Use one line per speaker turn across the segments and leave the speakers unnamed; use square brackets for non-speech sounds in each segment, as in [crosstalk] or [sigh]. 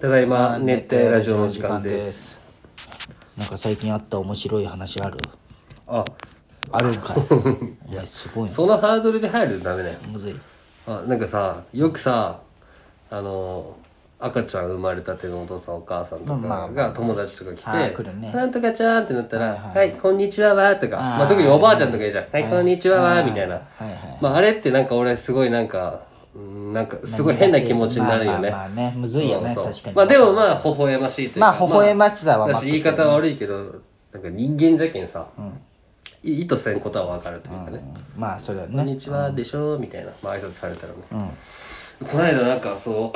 ただいま熱帯ラジオの時間です
すなんか最近あった面白い
[laughs]
話ある
あ
あるんかいお前すごいな
そのハードルで入るとダメだよ
むずい
あなんかさよくさあの赤ちゃん生まれたてのお父さんお母さんと
まあ
かが友達とか来
あー来
て
るね
なんとかちゃん」ってなったら
はいは
「
い
はいこんにちはわ」とか
あー
まあ特におばあちゃんとかいいじゃん「はい
はい
こんにちはわ」
あー
みたいな
はいはい
まああれってなんか俺すごいなんかうんなんかすごい変な気持ちになるよね
まあまあまあねむずいよね
そうそう
確かに
まあでもまあ微笑ましいというか
まあ微笑ましさは
だ
まあ
し言い方は悪いけどなんか人間じゃけんさ、い意図せんことは分かるというかね、
まあそれは
こんに
ね
ちはでしょみたいな、まあ、挨拶されたらね、
うん
この間なんかそ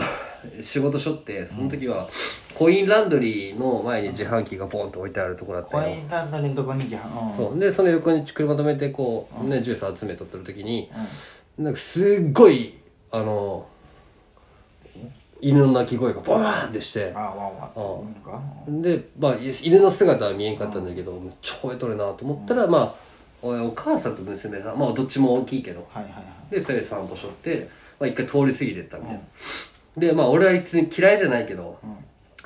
う [laughs] 仕事しょってその時は、コインランドリーの前に自販機がボンと置いてあるとこだった
コ
よ
インランドリーのとこにじゃんうん
そうでその横に車止めてこう、ね、ジュース集めとってる時に、なんかすっごいあの犬の鳴き声がバーンってして
あわわ
う
なんか
で、まあ、い犬の姿は見えんかったんだけど、めっちゃ吠えとるなと思ったら、まあおいお母さんと娘さんまあどっちも大きいけど
はいはいはい
で2人で散歩しょって、まあ、一回通り過ぎてったみたいな、でまあ俺は別に嫌いじゃないけど、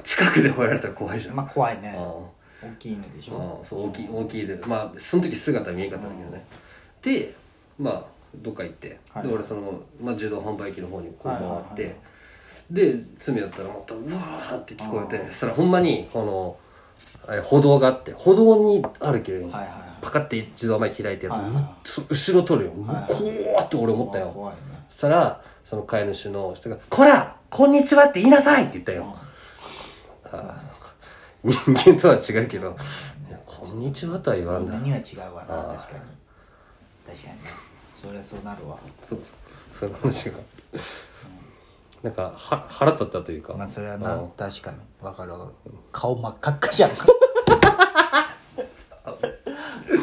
近くで吠えられたら怖いじゃん、
まあ怖いね
うん
大きい犬でしょ
うんそう大きい大きいでまあその時姿見えんかったんだけどね、でまあどっか行って、
はい
で俺その、まあ、自動販売機の方にこう
は
回
い
っ
は
て、
いはい
で詰めやったらまたうわーって聞こえてそしたらほんまにこのえ歩道があって歩道にあるけど、
はいはいは
パカって自動販売機開いてやつ、
はいはい
むっそ後ろ取るよ、もう怖ーって俺思ったよ、
い怖いね
そしたら、その飼い主の人が、こらこんにちはって言いなさいって言ったよ。あー人間とは違うけど、いやこんにちはとは言わん
犬
な。
には違うわな確かに確かにねそりゃそうなるわ
そう、そういう話が。なんか、は腹立ったというか。
まあそれは
う
なん確かにわかるわかる顔真っ赤っかじ [laughs] ゃん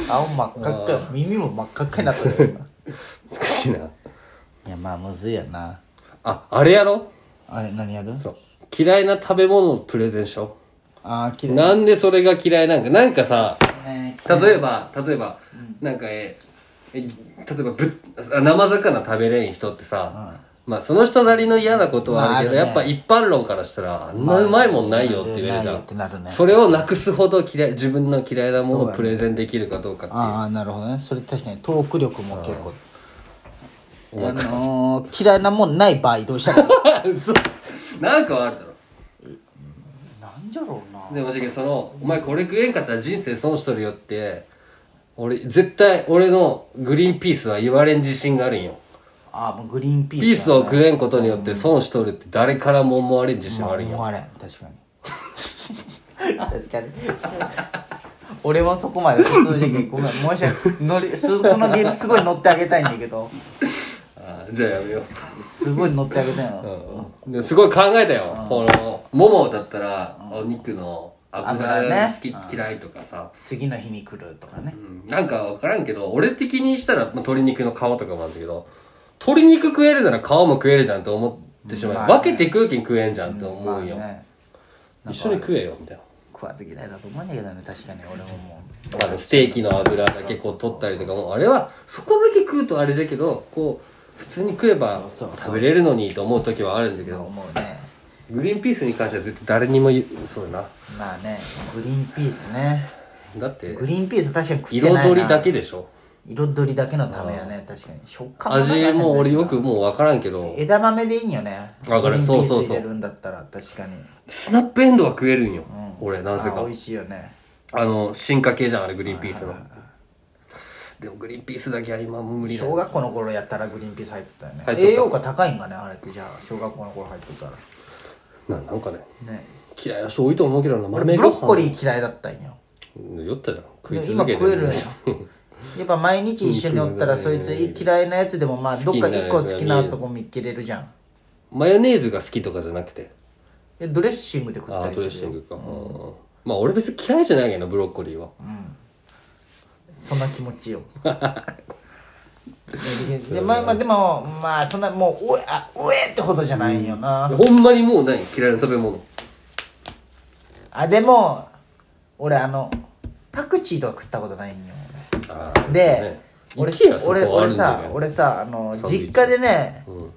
顔真っ赤っか耳も真っ赤っかになってるよ今
難しいな。
[laughs] いやまあむずいやな
あ、あれやろ
あれ何やる
そう。嫌いな食べ物のプレゼンしょ
ああ綺麗
なんでそれが嫌いなんか、なんかさ、
ね
例えば例えば、なんかええ例えばぶあ生魚食べれん人ってさ、まあその人なりの嫌なことはあるけど、
ま
や
ああ
っ
る
ぱ
ね
一般論からしたらあんなうまいもんないよって言えるじ
ない
ゃ
よ
ん
っ、てなるね
それをなくすほど嫌い自分の嫌いなものをプレゼンできるかどうかっていう
ああなるほどねそれ確かにトーク力も結構あのー、嫌いなもんない場合どうしたらいい
嘘 [laughs] なんかはあるだろ
[laughs] なんじゃろうな
でもじゃけそのお前これ食えんかったら人生損しとるよって俺絶対俺のグリーンピースは言われん自信があるんよ
ああもうグリーンピース
ピースを食えんことによって損しとるって誰からも思われん自信はあるんよ
思われん確かに [laughs] 確かに俺もそこまで普通じゃけんごめん申し訳 [laughs] 乗りそそのゲームすごい乗ってあげたいんだけど
あーじゃあやめよ
すごい乗ってあげたいの
う、ですごい考えたよ、このももだったらお肉の
油
油
ね
好き、嫌いとかさ、
次の日に来るとかね
うんなんか分からんけど俺的にしたら、まあ、鶏肉の皮とかもあるんだけど鶏肉食えるなら皮も食えるじゃんと思ってしまう、
まあね
分けて食うけん食えんじゃんって思うよ、
まあね
一緒に食えよみたいな
食わず嫌いだと思うんだけどね確かに俺ももう
あのステーキの油だけこう取ったりとかもあれはそこだけ食うとあれだけどこう普通に食えば
そうそうそう
食べれるのにと思う時はあるんだけど
思うね
グリーンピースに関しては絶対誰にも言うそうだ
まあねグリーンピースね
なだって
グリーンピース確かに食ってないな
彩りだけでしょ
彩りだけのためやね確かに食感なんか
味
変だしな
も俺よくもう分からんけど
枝豆でいいんよね
わかる
グリーンピース
そうそうそう
入れるんだったら確かに
スナップエンドウは食えるんよ俺なぜ
あ
か
美味しいよね
あの進化系じゃんあれグリーンピースのでもグリーンピースだけは今無理だ
小学校の頃やったらグリーンピース入ってたよね
入っとった
栄養価高いんかねあれってじゃあ小学校の頃入ってたら
ななんかね
ね
嫌いな人多いと思うけどな
ブ
豆ご飯
ロッコリー嫌いだったんよ
うん酔ったじゃん食い
で
続
今
けて
食えるんよやっぱ毎日一緒におったらそいつ嫌いなやつでもまあどっか一個好きなとこ見っけれるじゃん
[laughs] マヨネーズが好きとかじゃなくて
でドレッシングで食っ
あ
た
ードレッ
りす
シ
る
ン
よ
グか、うんまあ俺別に嫌いじゃないけどブロッコリーは、
そんな気持
[laughs]
ちよでででまあまあでもまあそんなもうおえあおえってほどじゃないよな、
ほんまにもうない嫌いな食べ物
あでも俺あのパクチーとか食ったことないんよ
あ
俺
ー
で、俺
行けよそこ
俺
あ
俺
るんだ
さ
よ
俺さあの
サンドイッチ
実家でね
うん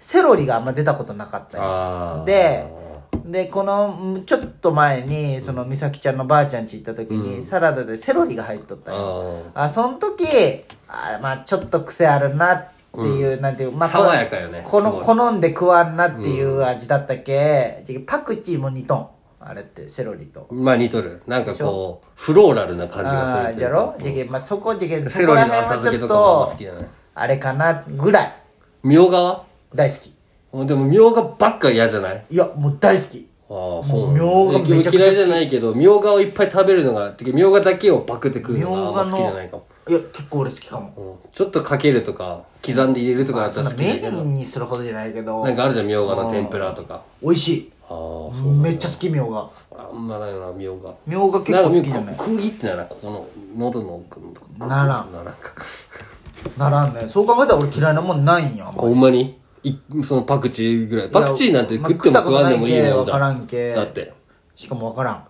セロリがあんま出たことなかったよ
あー
ででこのちょっと前にその美咲ちゃんのばあちゃん家行った時に、サラダでセロリが入っとったんよ
あ
あその時あまあちょっと癖あるなっていう、なんていうまあ
爽やかよね
この
すご
好んで食わんなっていう味だったけ、じゃパクチーも2トンあれってセロリと。
まあ似とるなんかこうフローラルな感じがす
あ
る
あ
って
じ
い
ゃ
うか
ろじゃけまあそこじゃけそ
セロ
こ
リ
ら
の
辺
浅
はち
漬け
ょ
と
っ
かもあんま
と
好きじゃない
あれかなぐらい
みょうがは
大好き
でもみょうがばっか嫌じゃない
いやもう大好き
ああそう
みょうがめちゃくちゃ
嫌
好き
いじゃないけどみょうがをいっぱい食べるのがてかみょうがだけをパクって食う
み
の
ょう
があん
が
ま好
の
きじゃないかも
いや結構俺好きかも
うんちょっとかけるとか刻んで入れるとかだった
そん
ら
な
好き
メ
だけ
イ
ど
ンにするほどじゃないけど
なんかあるじゃんみょうがの天ぷらとか
美味し
ああ
い
そう
めっちゃ好きみょうが
あんまだよなみょうが
みょうが結構好きじゃない
んか区切ってないなここの喉の奥のとこ
ならん
ならんか
ならんねそう考えたら俺嫌いなもんないんやあんま
ほんまにいそのパクチーぐらいパクチーなんて
いや
食っても食わんでもいいもんじゃ
まあ食ったことないけわからんけ
だって
しかも分からん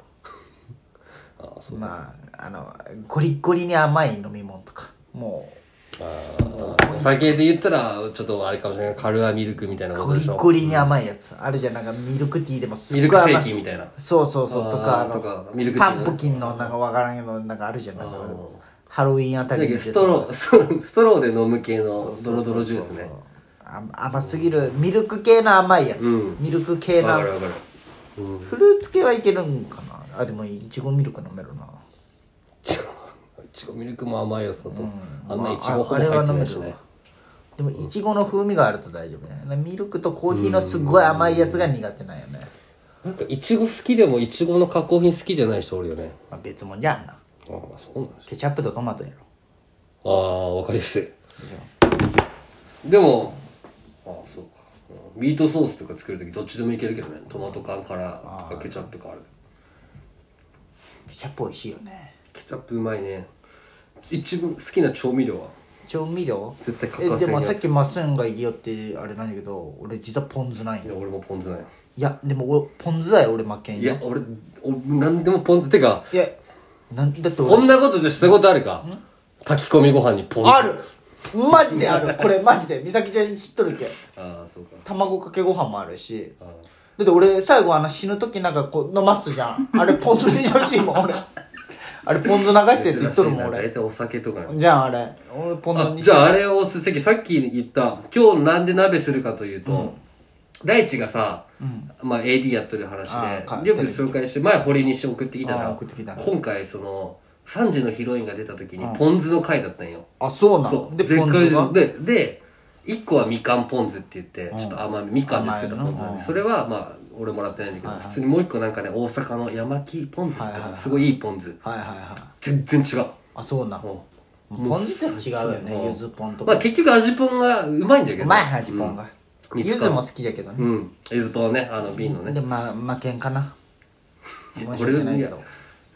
ああそう
まああのゴリッゴリに甘い飲み物とかも
ああお酒で言ったらちょっとあれかもしれないカルアミルクみたいな
う
こと
ゴ
で
リ
し
ッ
ょ
ゴリに甘いやつあるじゃんなんかミルクティーでもす
ミ
っ
ル
ご
ク
い
セ
甘
ー
い
キみたいな
そうそうそうと
あ
か
ー
あの
とかミルクティー
パ
の
ンプキンのなんか分からんけどなんかあるじゃんなんかハロウィンあたりに
ストローストローストローで飲む系のド
そうそうそう
ロドロジュースね
あ甘すぎるミルク系の甘いやつ、
う
ミルク系
わかる
の
わかるうん
フルーツ系はいけるんかなあでもいちごミルク飲めるな
ちごいちごミルクも甘いよそとあんないち
ま
ごほぼ
あ
入ってないし
あれは飲める
ね
わでもいちごの風味があると大丈夫ねミルクとコーヒーのすっごい甘いやつが苦手なんよね、
なんかいちご好きでもいちごの加工品好きじゃない人おるよね
まあ、別物じゃんな
ああそうなんです
ケチャップとトマトやろ
ああわかりやすい
でしょ
でもああそうかうんミートソースとか作るときどっちでもいけるけどねトマト缶からとかケチャップから
ケチャップ美味しいよね
ケチャップうまいね一番好きな調味料は
調味料
絶対欠
え
か
で
せん
も
や
さっ
つ
きマッスンが言いよってあれなんだけど俺実はポン酢ない
い
よ
や俺もポン酢ない
いやでも俺ポン酢愛俺負けん
い
よ
や俺お何でもポン酢てか
いやなんだって
こ
俺
んなことじゃしたことあるか炊き込みご飯にポン酢
あるマジであるこれマジで美咲ちゃん知っとるけ
ああそうか
卵かけご飯もあるし
ああ
だって俺最後あの死ぬ時なんかこう飲ますじゃんあれポン酢にしてほしいもん俺あれポン酢流してって言っとるもん
大
俺
体お酒とかね
じゃああれ俺ポン酢
あ
に
じゃああれをすせきさっき言った今日なんで鍋するかというと、大地がさ、まあ、AD やってる話
あーか
でよく紹介して前堀西送ってきた
あー
ら
送ってきた
今回その3時のヒロインが出た時にポン酢の回だったんよ、
あそうな
そ
の
う
で
絶
ポン
海
酢が
島でで1個はみかんポン酢って言って、ちょっと甘みみかんで作ったポン酢
甘い
なん
の
でそれはまあ俺もらってないんだけど、普通にもう1個なんかね大阪の山木ポン酢って
はいはいはい
すごいいいポン酢
はいはいはい
全然違う
あそうな
も
の
う
ポン酢って違うよねゆずポンと
まあ
か
結局味ポンがうまいんだけど
うまい味ポンが
うん
ゆずも好きだけどね
うんゆずポンねあの瓶のね
でまあ負けん
[laughs]
かな申し
俺
訳ない
い
け
や
ど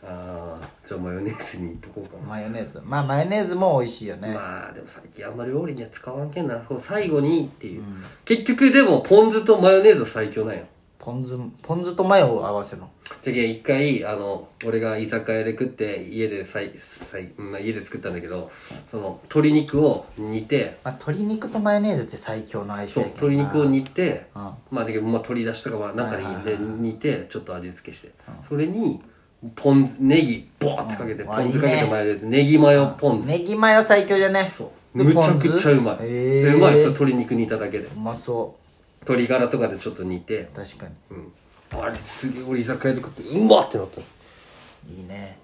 ああじゃあマヨネーズにいっとこうかな
マヨネーズまあマヨネーズも美味しいよね
まあでも最近あんまり料理には使わんけんなそう最後にっていう結局でもポン酢とマヨネーズは最強なんよ
ポン酢ポン酢とマヨを合わせるの
じゃけん一回あの俺が居酒屋で食って家でさいさい、うんまあ、家で作ったんだけどその鶏肉を煮て
まあ鶏肉とマヨネーズって最強の相性
そう
やけど
鶏肉を煮て
うん
まあだけど、まあ、鶏だしとかは中でいいんで煮てちょっと味付けしてそれにポン酢ネギボーってかけて
うん
ポン酢か
あい
け
い
て
ね
マヨネーズネギマヨポン酢
ネギマヨ最強じゃね
そう
で
むちゃ
ポン酢
くちゃうまい
へ
で
ー
うまいですよ鶏肉煮ただけで
うまそ
鶏ガラとかでちょっと煮て
う確か
うんあれすげえ俺居酒屋で食ってうまってなった
にいいね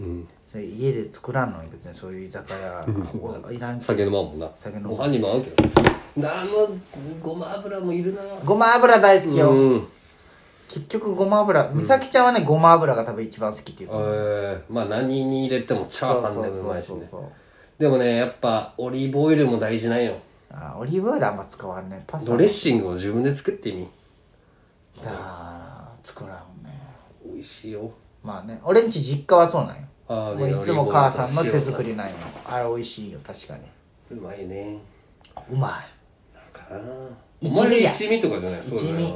うん
それ家で作らんのに別にそういう居酒屋おいらんけ
酒飲まんもんな
酒飲まん
ご飯にも合うけどなあもうごま油もいるな
ごま油大好きよ
うん
結局ごま油美咲ちゃんはねごま油が多分一番好きっていう
え
か
ー、まあ何に入れてもチャーハンでもうまいし
そうそう
ね
そうそう
でもねやっぱオリーブオイルも大事なんよ
あーオリーブオイルあんま使わんねパスタ
ドレッシングを自分で作ってみ
だ作らんね
美味しいよ
まあね俺んち実家はそうなんよ
あー
これいつも母さんの手作りなんよあれ美味しいよ確かに
うまいね
うま
かな
一味
お前
や
一味とかじゃないそうだよな
一味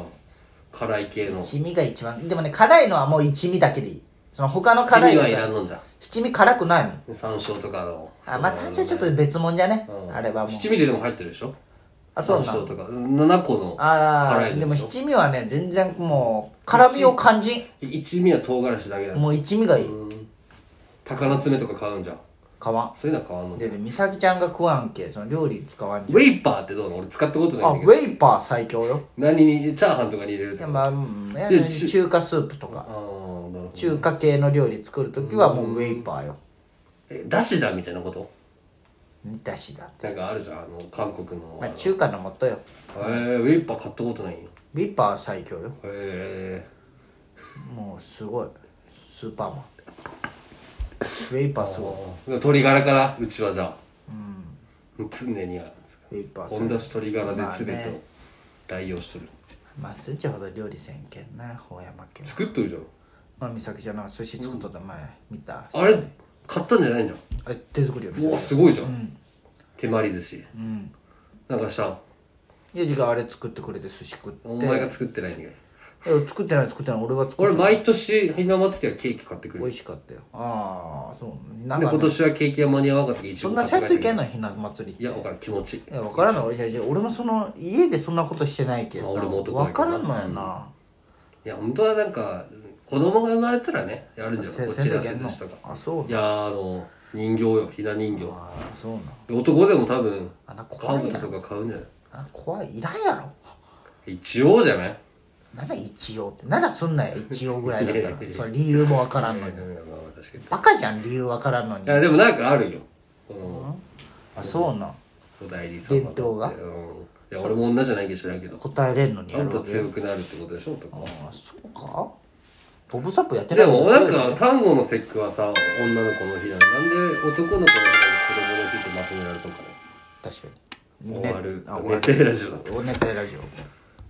辛い系の
い
一
一味が一番でもね辛いのはもう一味だけでいいその他の辛い
味
の
はいらんのんじゃ
七味辛くないもん
山椒とかの
あまあ
そう
最初はちょっと別物じゃね
うん
あれはもう
七味ででも入ってるでしょ
あ
山椒とか7個の
あ
辛
あ
い
で
の
も
でしょ
七味はね全然もう辛みを感じん
一味は唐辛子だけだ
もう一味がいい
鷹の爪とか買うんじゃん
買わ
そういうのは買わんの
んでで美咲ちゃんが食わんけその料理使わんじ
ウェイパーってどうなの俺使ったこと
ゃん
な
あ
いん
ウ
だけど
ェイパー最強よ
何にチャーハンとかに入れる
い
と
や
か
まあ、うん、いや
でちゅ
中華スープとか
ああーなるほど
中華系の料理作る時はもうウェイパーよ
えだしだみたいなこと
だしだ、
なんかあるじゃんあの韓国の
まあ、中華の素よ
えー、ウェイパー買ったことないよ
ウェイパー最強よ
え
もうすごいスーパーマンウェイパーすごい
ー、鶏ガラからうちはじゃあ、常にあるんですか
ウェイパーす
本
ごい
出し鶏ガラで全
まあ
てを
ね
代用しとる、
まあスッチほど料理せんけんなほ山家は
作っとるじゃん
まあ美咲ちゃんの寿司作っとった前見た
あれ買ったんじゃないんじゃん
あれ手作りよ美
うわ
咲
すごいじゃん、手まり寿司、なんかした
ユージがあれ作ってくれて寿司食って
お前が作ってないんだけど
え作ってない作ってない俺は作っ
俺
て
毎年ひな祭りはケーキ買ってく
美
るで
味しかったよああそうなんか
今
ね
年はケーキは間に合わなかったけどいち
そ
ご
んな
買って帰
セット
っ
い
て
けん
く
のひな祭りって
るいや分からん気持ちいい
いや分からんのいやいや俺もその家でそんなことしてないけど
あ俺も男だ
分
けど
から
なん
のよな、
いや本当はなんか子供が生まれたらねやるんじゃ
せ
んこ
せん
ち
とい
らし
けん
寿
の
司とか
あそう
いやーあの人形よひな人形
ああそうなん
男でも多分
あなんか
カ
怖
ブ
い
ト
や
と
ろ
か買うんじゃない
あなんか怖いいらんやろ
一応じゃない
なら一応ってならすんなよ一応ぐらいだった
いやいや
ら
いや
その理由も分から
い
ん
や
の
い
に
やいやまあ確かにい
バカじゃん理由分からんのに
やでもなんかあるよこの
あそうなん
お代理様
伝統が
ってうんいや俺も女じゃないけど知らんけど
答えれんのに
あ
や
んた
るわけ
強くなるってことでしょとか
ああそうかボブサップやってな
で
い
も
け
な
ど
んか単語の節句はさ女の子の日なのになんで男の子の日なのに子供の日ってまとめられたんかね
確かに
終わる
あ
熱帯ラジオだった
お熱帯ラジオ